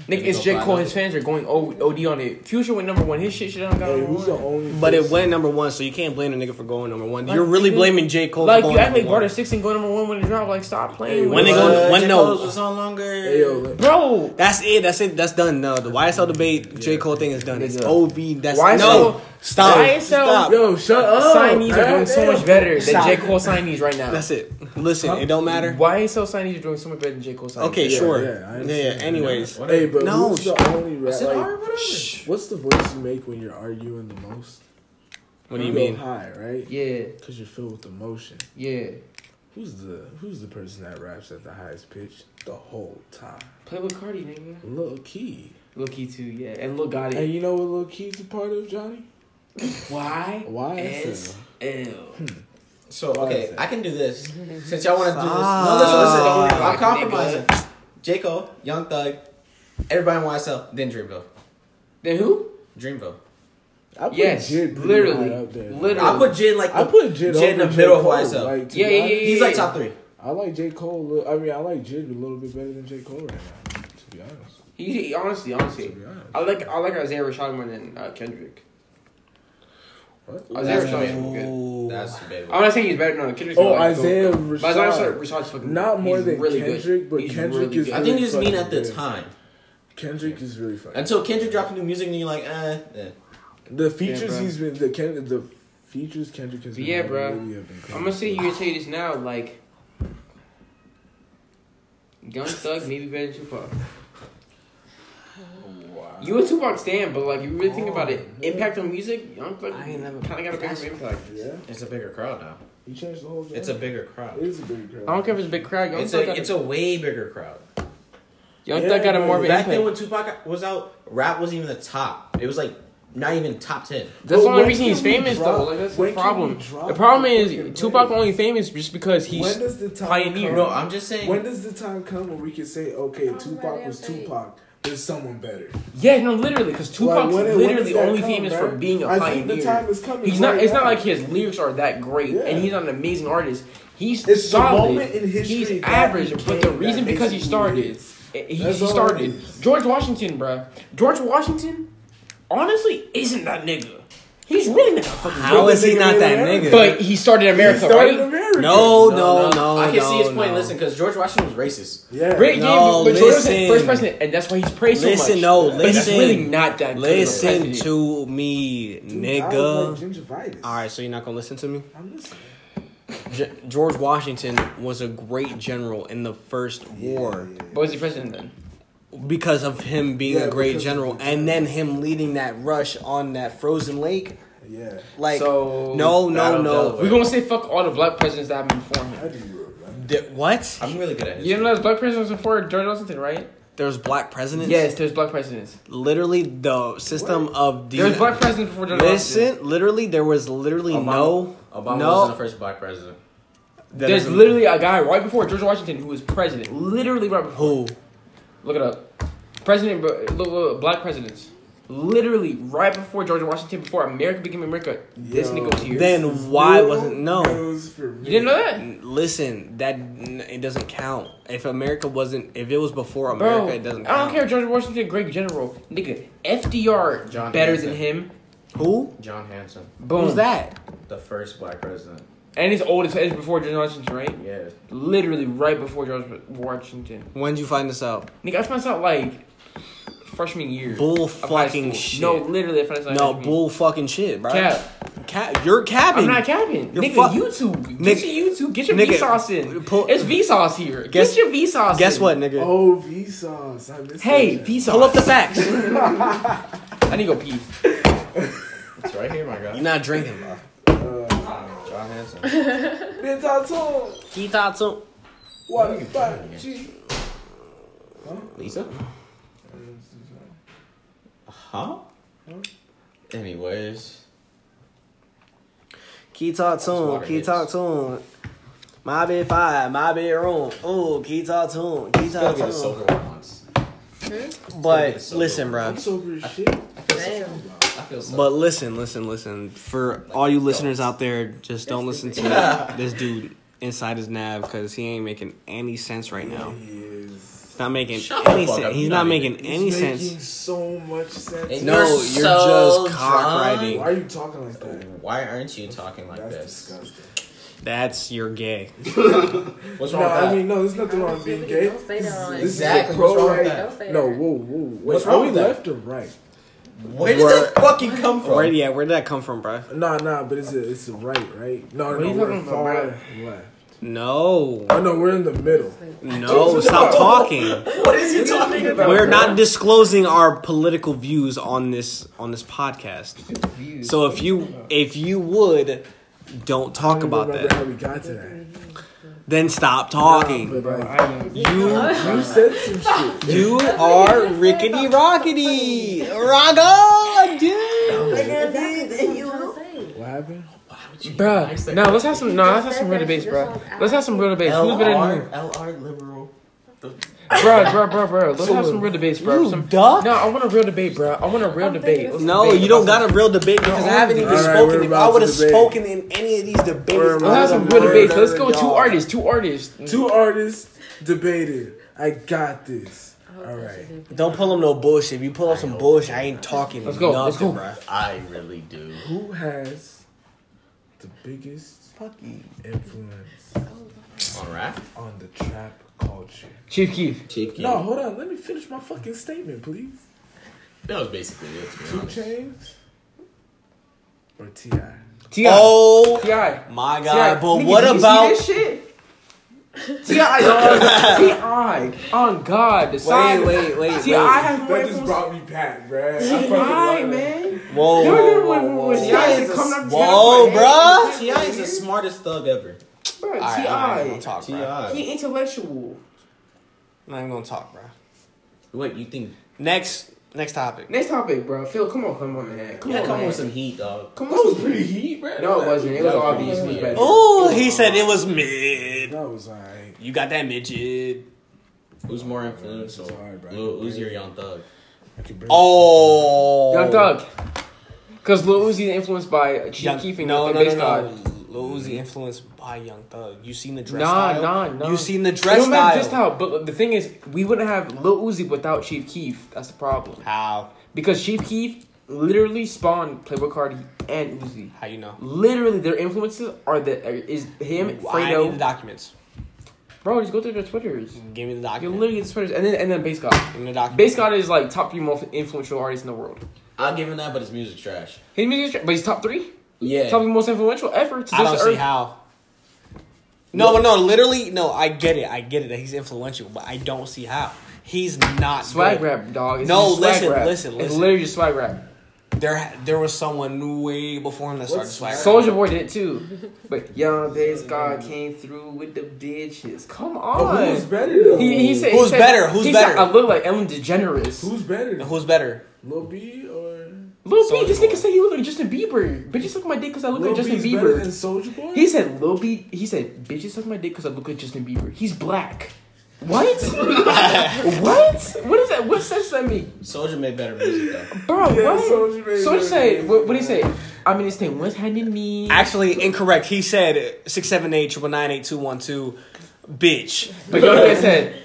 Nick,
Did it
it's
go
J. Cole.
platinum?
His fans are going O- OD on it. Future went number one. His shit should have
Hey,
gotten
who's
number
the
one.
only?
But it
person-
went number one, so you can't blame the nigga for going number one.
Like,
You're really
nigga,
blaming J. Cole
Like
for
you
going
act
number
like
one.
Barter Six and go number one when it dropped. Like stop playing.
Hey,
with
when they
us.
go-
Uh,
when
J.
no.
Cole's was on longer.
Hey, yo, let-
bro.
That's it. That's it. That's done. No, the YSL debate, J. Cole thing is done. It's
Nigga.
OV. That's
YSL
no. Stop.
YSL
Stop.
yo, shut up.
signees are doing
man.
so much better than
Stop.
J. Cole signees right now.
That's it. Listen, it don't matter.
Why so signees are doing so much better than J. Cole signees?
Okay,
Yeah,
sure.
yeah, I
Yeah.
understand.
yeah, Anyways,
Hey, but
No,
who's
sh-
the only rap?
Said, "Alright,
Like,
whatever."
what's the voice you make when you're arguing the most?
what do you
go
mean?
high, right?
Yeah,
Because you're filled with emotion.
yeah.
Who's the Who's the person that raps at the highest pitch the whole time?
Play with Cardi, nigga.
Lil Key.
Lil Key too, yeah, and Lil Gotti.
And you know what Lil Key's a part of, Johnny?
Why?
Why?
S L.
So okay,
Listen.
I can do this since y'all want to do this. No,
Stop.
listen, listen. Don't worry. I'm
Nigga.
compromising. J Cole, Young Thug, everybody in YSL, then Dreamville,
Then who?
Dreamville.
I put
Yes,
Jid pretty
literally,
high up there.
literally.
I put Jid like
I put Jid,
Jid in
over
the middle
Cole,
of YSL.
Like, to
Yeah,
be
yeah,
honest.
yeah.
He's like top three.
I like J Cole. a little- I mean, I like Jid a little bit better than J Cole right now. To be honest,
He, he- honestly,
to
honestly,
be honest.
I like I like Isaiah Rashad more than uh, Kendrick. Isaiah
That's
Rashad's
debatable.
good.
That's debatable.
I'm not saying he's better. No, Kendrick's
Oh,
not like
Isaiah
dope, though. But Isaiah
Rashad.
Rashad's fucking.
Not
good.
more
He's
than
really good.
Kendrick, but
He's
Kendrick
really
is-
good.
I think you just
Fucking
mean at the
good.
time.
Kendrick is really funny.
Until Kendrick dropped new music and you're like, eh. eh.
The features
bruh.
he's been the Ken, the features Kendrick has been
Yeah,
on
bruh.
really have been crazy.
I'm gonna say you can say this now, like. Gun Thug maybe better than Tupac.
Wow. Oh,
You a Tupac stan, but like you really think about it, impact on music, Young Thug
I
kind
ain't
of
never-
got a bigger impact.
Yeah,
It's a bigger crowd now.
you changed the whole. Genre.
It's a bigger
It
crowd.
is a big crowd.
I don't care if it's a big crowd. Young
It's
Thug
a
got
it's a way bigger crowd.
Young
Yeah,
Thug got a more of an
Back then
impact.
when Tupac was out, rap wasn't even the top. It was like not even top ten.
That's the
But
only
when
reason
can
he's
we
famous
drop-
though. Like that's
when
the
can
problem.
we drop
The problem
the
is
fucking
Tupac
players?
only famous just because he's
when does the time
pioneer.
Come?
No, I'm just saying.
when does the time come where we can say, okay,
Oh, my
Tupac
damn
was
thing.
Tupac, there's someone better?
yeah, no, literally, because Tupac's
when- when does
literally
that
only
come,
famous
bruh?
for being a
I
pioneer.
think the time is coming.
He's not.
right
It's not
now.
like his lyrics are that great,
Yeah.
and he's not an amazing artist. He's
It's the
solid.
moment in history
He's
that
average,
he
but the
came
reason
that
because he
makes who
started. eh,
he is.
He, he
That's all it
started.
is.
George Washington, bruh. George Washington, honestly, isn't that nigga. He's really not a fucking.
How
nigga.
is he not that nigga?
But he started America,
he started
right?
America.
no, no, no, no.
I can see his
no.
point. Listen, because George Washington was racist.
Yeah.
Great
No,
game, but Jordan was
listen.
the first president, and that's why he's praised so
Listen,
much.
no,
but he's
listen.
really not that. good of a
Listen
president.
to me,
Dude, I was
nigga.
like gingivitis.
All right, so you're not gonna listen to me?
I'm listening.
Ge- George Washington was a great general in the first war
Yeah, yeah,
But was he president then?
because of him being
Yeah,
a great
because of
general,
the-
and then him leading that rush on that frozen lake.
yeah. Yeah.
Like,
So-
no, no,
Battle
no.
Delaware.
We're gonna say fuck all the black presidents that happened before him.
I do, bro. man.
Th- what?
I'm really good at history.
You know, there's black presidents before George Washington, right?
There's black presidents.
Yes, there's black presidents.
literally the system of the.
There's black presidents before George Washington.
Listen, literally, there was literally
Obama,
no.
Obama
no,
wasn't the first black president.
that
There's
is-
literally a guy right before George Washington who was president. Literally right before.
who
Look it up. President, bro- look, look, black presidents. Literally right before George Washington, before America became America, this
Yo.
nigga was here.
then why
Real
wasn't no.
news for me.
you didn't know that?
Listen, that n- it doesn't count. If America wasn't, if it was before America,
Bro,
it doesn't.
I
Count.
don't care. George Washington, great general, nigga. FDR,
John
better
Hanson.
than him.
Who?
John Hanson,
Boom.
Who's that?
the first black president.
And it's old. It's, it's before George Washington, right?
Yeah.
Literally right before George Washington.
When'd you find this out?
Nigga, I found this out like freshman year.
Bull
of high
fucking
school.
shit.
No, literally, I found this out.
no,
freshman
bull fucking shit, bro.
Cap.
Cap. You're
year.
capping.
I'm not capping.
You're
Nigga,
fuck-
YouTube. Get
Nigga-
your YouTube. Get your
nigga,
Vsauce in.
pull-
it's Vsauce here.
Guess-
Get your Vsauce
Guess
in.
what, nigga?
Oh, Vsauce. I missed
Hey,
that.
Vsauce.
Pull up the facts.
I need to go pee.
It's right here, my guy.
You're not drinking, bro.
John Hanson.
Then Tato, what the fuck? Gee.
Lisa. Huh? Anyways.
Keep talk
water
tune. Keep
hits.
talk tune. My bed five, my bedroom. Ooh, keep talk tune. Keep talk
Gotta get
tune.
a sober one once. gotta get
But
sober.
listen, bro.
I'm sober as shit.
uh, I feel so.
But listen, listen, listen. For all you listeners out there, just don't listen to this dude inside his nav because he ain't making any sense right now.
He is.
He's not making
Shut the
any
fuck
sense.
up.
He's
You're
not
not
making
He's
any
making
sense.
so much sense.
And
No,
You're
you're
so
just cock
drunk.
Why
riding.
are you talking like that?
Why aren't you talking like
That's
this?
disgusting.
That's your gay.
What's
No,
wrong with that?
I mean, no, there's nothing wrong with being gay.
Don't say that on
This
it.
is- this is a
Exactly,
pro
what's wrong with
right-
that?
Don't say
No,
that.
whoa, whoa. Wait,
What's
are
wrong
we
with that?
left or right?
Where did
Where-
that fucking come from?
Where, yeah, where did that come from, bruh?
Nah, nah, but it's a, it's a right, right? No,
are
no,
you
we're
talking about,
far
bro?
left.
No,
Oh, no, we're in the middle.
no, stop talking.
What is he talking about?
We're not disclosing our political views on this on this podcast. So if you if you would, don't
I
talk
don't
about
remember
that.
how we got to that.
Then stop talking.
But like,
You
you said some shit.
you are rickety rockety. Rock on, dude.
What happened?
Bruh. No, let's have some. No, let's have some real debates, bro. Let's have some real debates. Who's better than who?
LR, LR liberal.
Bro, bro, bro, bro. Let's have some real debates, bro.
You
Some,
duck.
No, I want a real debate, bro. I want a real
I'm thinking
debate.
it's-
Let's
No,
debate
you don't
about
got a real debate because I haven't even
All right,
spoken.
we're
If
about
I would have
to debate.
spoken in any of these debates,
We're
I
about
Let's have some
would've
Some
good
murder,
debates. Let's go. Two
y'all.
artists. Two artists.
Two artists debated. I got this.
whole
All
bunch
right.
of people.
Don't pull up no bullshit. If you pull up some bullshit, I ain't talking
Let's go, let's
nothing,
go.
bro.
I really do.
Who has the biggest influence
All right.
on the trap culture?
Chief Keith.
Chief
No, hold on. Let me finish my fucking statement, please.
That was basically it. To be
Two
honest.
Chainz or T.I.?
Ti.
Oh
Ti.
my
T.I.
god, but
Nigga,
what
did you see
about
this shit? Ti, dog. Ti, on God, the
Wait, wait, wait,
Ti
wait.
has more
That just
influence.
brought me back, bruh. I fucking love
Ti,
it.
man.
Whoa,
You remember when-
whoa,
when
whoa.
T.I.
T.I. is
coming
a-
up to
Whoa,
him, like,
bruh.
hey,
Ti is the smartest thug ever.
bro,
All right, I'm not even gonna
Ti,
talk, bro. I'm
Ti.
he intellectual.
not even gonna talk, bro.
What you think?
Next, next topic.
Next topic, bro. Phil, come on, come on, man. Come
yeah,
on,
come
man.
with some heat, dog.
Come
That was
on.
pretty heat, bro.
No, it wasn't. It was
That
obvious
pretty
it was
heat.
better.
Oh, he said it was mid.
That was alright.
You got that midget.
Who's more
It's hard,
influential?
bro.
Lil Uzi or Young Thug?
I can barely-
Oh,
Young Thug. Because Lil Uzi influenced by Chief
Young,
Keef and
no,
Young Thug
no, no,
Bass God.
no. Lil Uzi influenced by Young Thug. You seen the dress
Nah,
style?
nah, nah.
You seen the
It
dress
don't matter
style?
just how, but the thing is, we wouldn't have Lil Uzi without Chief Keef. That's the problem.
How?
Because Chief Keef literally spawned Playboy Cardi and Uzi.
How you know?
Literally, their influences are the are- is him,
Why? Give me the
Fredo.
documents.
Bro, just go through their Twitters.
Give me the
You
documents.
literally get the Twitters, and then and then Bass God.
Give me the documents.
Bass God is like top three most influential artists in the world.
I'll give him that, but his music trash.
His music, but he's top three,
Yeah.
top three most influential ever to
I
this
don't see
earth.
how. No, but no, literally, no. I get it. I get it that he's influential, but I don't see how. He's not
Swag
good.
rap, dog. It's
No,
just swag
listen,
rap.
listen,
It's
listen.
literally just swag rap.
There, there was someone way before him that started
What's-
swag. rap.
Soldier Boy did it too. But Young Bass God came through with the bitches. Come on.
But who's better though?
He, he said,
Who's
he said,
better? Who's
he
better?
Said, I look like Ellen DeGeneres.
Who's better?
Who's better?
Lil B or
Lil B,
Soulja
this nigga
Boy.
said he looked like Justin Bieber. Bitches suck my dick because I look
Lil
like Justin
B's better
Bieber.
than Soldier Boy?
He said Lil B. He said bitches suck my dick because I look like Justin Bieber. He's black. What? what? What is that? What sense does that make,
Soldier made better music though.
bro?
Yeah,
what?
Soulja Boy
Soulja
is
said.
better.
What? What did he say? I mean, it's thing. What's happening? Me.
Actually, incorrect. He said six seven eight triple nine eight two one two. Bitch.
But Young Bass said,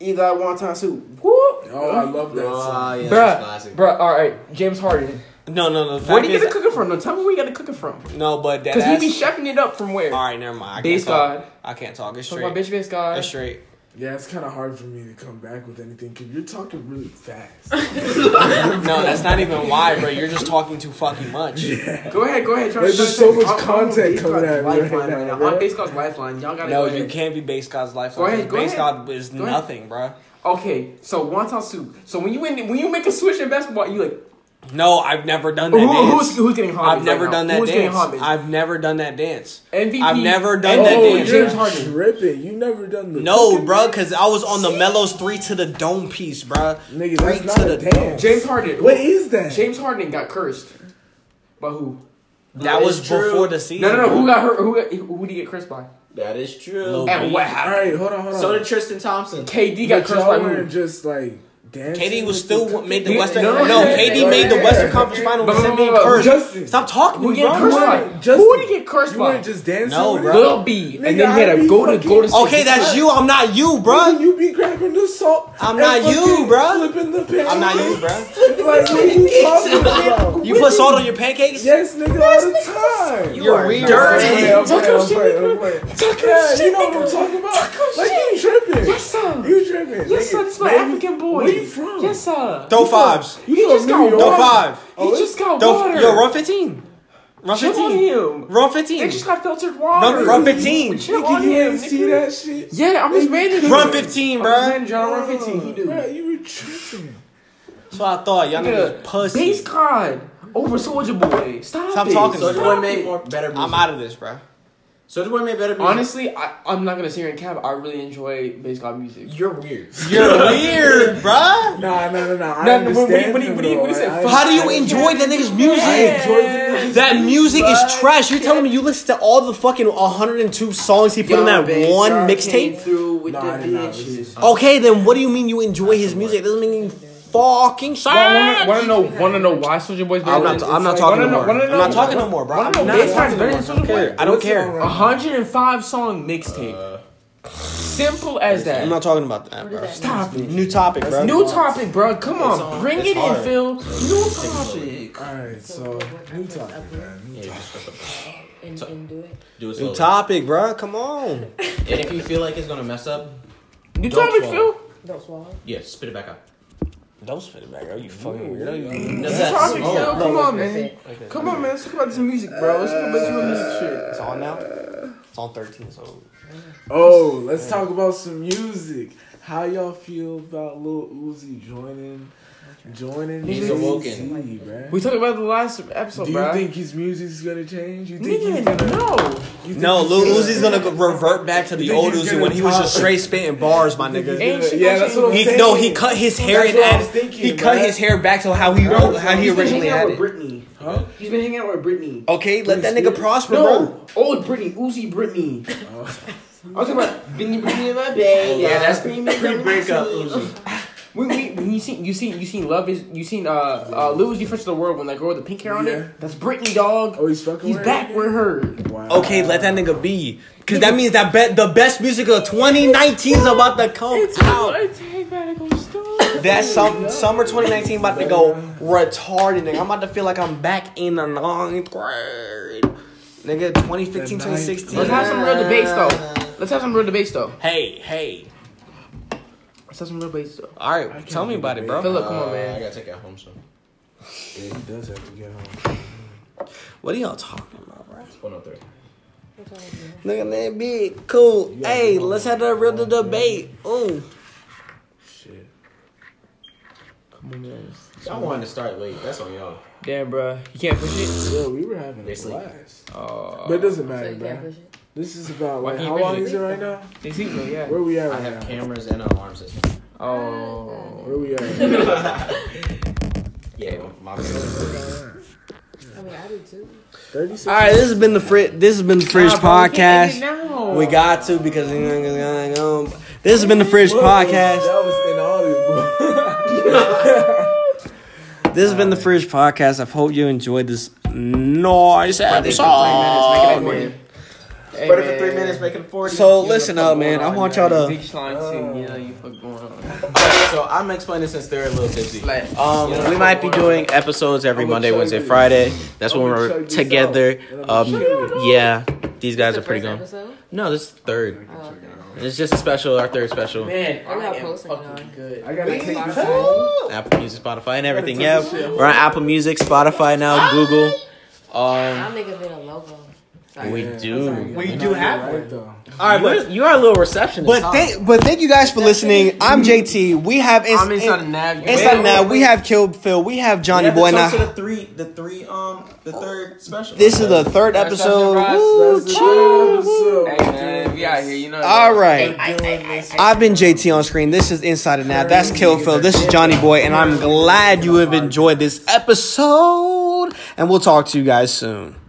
"Either I want time soup." Whoop.
Oh, I love that song.
yeah,
Bruh, bruh, all right, James Harden.
No, no, no. the
Where
fact
do you get the
is-
cooking from? No, tell me where you got the cooking from.
No, but that.
Cause he be
Ass,
chefing it up from where?
all right, never mind. I
Base
can't talk.
God.
I can't talk. It's
Talk about
straight.
bitch bitch God.
It's straight.
Yeah, it's kind of hard for me to come back with anything because you're talking really fast.
No, that's not even why, bro. You're just talking too fucking much.
Go ahead, go ahead. Try,
There's
try-
just
try-
so much
I'm- I'm
content
Base
coming
God's
at me right
lifeline
now,
right now.
bro.
I'm base God's lifeline. Y'all gotta
No,
go
you
ahead.
can't be base God's life.
Go ahead, go
base
ahead.
God is
Go ahead.
nothing, bruh.
Okay, so wonton soup. So when you win, when you make a switch in basketball, you like
No, I've never done that
who,
dance.
who's who's getting hobbits?
I've never
right
done
now?
that
Who's
dance.
getting hobbits?
I've never done that dance.
MVP.
I've never done
Oh,
that
oh,
James
dance.
you're
bruh.
Harden.
tripping. You never done the
No,
cooking?
bro, because I was on the Mellows three to the dome piece, bruh.
Nigga,
three
that's not a dance.
James Harden.
What is that?
James Harden got cursed. By who?
That
That
was
is true.
before the season.
No, no, no. Who got hurt? Who got, who did he get cursed by?
That is true.
Lil
And what
All
happened?
right, hold on, hold on.
So did Tristan Thompson.
KD got
But
cursed by
y'all weren't
who?
just like dancing.
KD
with
was still
the
w-
cooking?
made the
Yeah,
Western.
no,
No,
no, yeah,
KD
yeah,
made the
yeah.
Western Conference Finals.
But,
and
but,
being
but,
cursed.
Justin.
Stop talking to
Who
me,
getting
bro.
cursed
weren't
by?
just-
Who did he get cursed
You
by?
weren't just dancing.
No,
with
bro.
it?
Lil B, and
Nigga,
then he had
I
a
be
go to
fucking-
go to.
Okay, that's you. I'm not you,
Nigga,
bruh.
you be grabbing the salt.
I'm
and
not you,
fucking
bruh.
Flipping the pancakes.
I'm not you, bruh.
Like, what you talking about?
You put salt on your pancakes?
Yes, nigga, all the time.
You're weird.
I'm
Dirty.
playing, I'm playing, I'm playing, I'm playing. Yeah, you know what I'm talking about. Like, you tripping.
Yes, sir.
You tripping.
Yes,
nigga.
sir. This my
Maybe-
African boy.
Where you from?
Yes, sir.
Throw fives.
He
from
just
New
got
York?
Throw
water.
five.
He
oh,
just got
Throw,
water.
yo, run 15. Run
Chill on
15.
him.
Run
They
15.
just got filtered water.
Run 15.
Chill
Nigga,
on
you
him.
ain't see
nigga.
that shit?
Yeah, I'm just managing.
Run
him.
15,
I'm
bruh.
just managing John. Run 15. He do.
Bruh, you were tripping.
That's what I thought. Y'all
Nigga,
niggas
Base
pussy.
card over Soldier Boy. Stop.
Stop
it.
talking.
Soldier
Stop
Boy made
it.
more better music.
I'm out of this, bro.
Soldier Boy made better music.
Honestly, I, I'm not gonna sit here and cap. I really enjoy bass god music.
you're weird.
You're weird, bruh.
Nah, nah, nah, nah. I
Nah, nah,
understand.
when he- when he-
him,
when he- when he
though.
said
I-
fuck-
How do you
I-
enjoy that nigga's
I
music?
enjoy the
That music is trash. You're telling me you listen to all the fucking 102 songs he put in that
Young
one
Bass God came
mixtape?
through with
Nah, I
the
did not
bitches.
Okay, then what do you mean you enjoy his music? It doesn't mean fucking
Want
sense.
to know? Want to know why Soulja Boy's better?
I'm not,
than-
I'm not
it's
talking
like-
no more.
wanna know-
I'm
wanna
not
know-
talking no more, bro.
wanna
I'm
know
not
Bass God's
talking no
better
more.
than Soulja Boy.
I don't care.
A hundred and five song mixtape. Simple as
I'm
that.
not talking about that,
What
bro.
does that mean?
Stop it.
New topic, bro.
New topic, bro. Come on, bring
it's
it in,
hard.
Phil. New topic.
All right, so new topic, man. New topic.
And, and do it.
Do it slowly.
New topic, bro. Come on.
And if you feel like it's gonna mess up,
New
Don't
topic,
swallow.
Phil.
Don't swallow.
yeah, spit it back out.
Don't spit it back, bro. You fucking weirdo.
Does
New
that
topic,
smoke?
Phil. Come on, man.
That's
Come on, man. Let's talk about this music, bro. Let's talk about this music shit.
It's on now. It's on 13, so
Oh, let's talk about some music. How y'all feel about Lil Uzi joining? Joining
He's awoken.
Jay-Z, bruh?
We talked about it the last episode,
Do you
bro.
think his music's gonna change? You think he's
Nigga,
gonna?
no.
You think
No,
he's
Lil
gonna-
Uzi's gonna go- revert back to the
You think
old
he's
Uzi
gonna
when he was
pop?
just straight spitting bars, my
You think
nigga.
he's
Ain't shit
gonna- Yeah,
gonna
that's what I'm
He
saying.
no, he cut his hair
That's
and
what I was
added,
thinking,
he cut
bruh.
his hair back to how he
Bro,
how he
he's been
originally
hanging
had
out
it.
with
Britney.
Huh?
He's been hanging out with Britney.
Okay, let that nigga prosper, bro.
No, old Britney, Uzi Britney. I was talking about Britney, Britney, and my baby.
Yeah, that's
Britney.
Pre-breakup Uzi.
We, we, when you seen you seen you seen love is you seen uh uh Lil Uzi First of the World when that girl with the pink hair on
Yeah.
it that's Britney dog
Oh, he's fucking.
he's
with
back
her?
with her
Wow.
Okay, let that nigga be. Cause that means that be- the best music of 2019 is about to come out. That some summer 2019 about to go retarded. Nigga. I'm about to feel like I'm back in the ninth grade. Nigga, 2015,
The ninth
2016.
let's have some real debates though let's have some real debates though
Hey, hey.
let's have some real debates though
All right, tell me about it, bro.
Philip come on
I
man
gotta take it home soon.
Yeah, he does have to get home.
What are y'all talking about, bro?
It's 103.
all I'm doing.
Nigga, man, big, cool.
You gotta
Hey,
come on,
let's have a
man.
real debate. Ooh.
Shit.
come on man
Y'all wanted to start late. That's on y'all.
damn bro you can't push it
Yo, we were having a
They sleep.
blast.
oh
But it doesn't
So
matter,
you can't
bro.
push it.
This is about
Why
like
can't
how
we
long
just
is it right now?
it's even yeah
Where we at
I
right
have
now?
cameras and an alarm system.
oh
Where we at? right now?
Yeah, my bad.
I mean, I do too.
Thirty-six.
All right, this has been the fridge. This has been the fridge
Nah, bro, we can't
podcast.
end it now.
We got to because this has been the fridge
Whoa,
podcast.
That was in all this. bro.
This has been the fridge podcast. I hope you enjoyed this nice
Hey,
episode.
man. Hey,
But for three
man.
minutes, making it 40.
So listen up, man. I want y'all to.
Big slime too. Yeah, you fuck going on.
So I'm explaining since they're a little tipsy.
Like,
Um, we might be doing episodes every
I'ma
Monday,
chug
Wednesday,
this.
Friday. That's
I'ma
when we're
chug this
together.
out, and I'ma
Um,
chug it.
yeah, these guys
It's
are
the
pretty
first
good.
episode?
No, this is the third.
Oh, okay.
It's just a special, our third special.
man,
I'm not
am
posting it
fucking
on.
good.
I gotta
Wait,
take this.
Spotify?
home.
Apple Music, Spotify, and everything.
Gotta
Yeah,
touch this shit.
we're on Apple Music, Spotify now, Google. Um,
I'm nigga been a logo. Sorry.
we
Yeah.
do.
We do have
Right though.
All right, but you are a little receptionist.
But thank, but thank you guys for listening. I'm JT. We have ins-
I'm inside the nav. you
inside
know?
now. We have killed Phil. We have Johnny Boy now.
the three, the three, um, the third special.
This is the third
That's
episode.
Session Rise.
Woo,
That's the
choo.
third
Hey
episode.
man, we out here. You know.
All right.
We're doing this.
I've been JT on screen. This is Inside and Out. That's Kill Phil. This is Johnny Boy, and I'm glad you have enjoyed this episode. And we'll talk to you guys soon.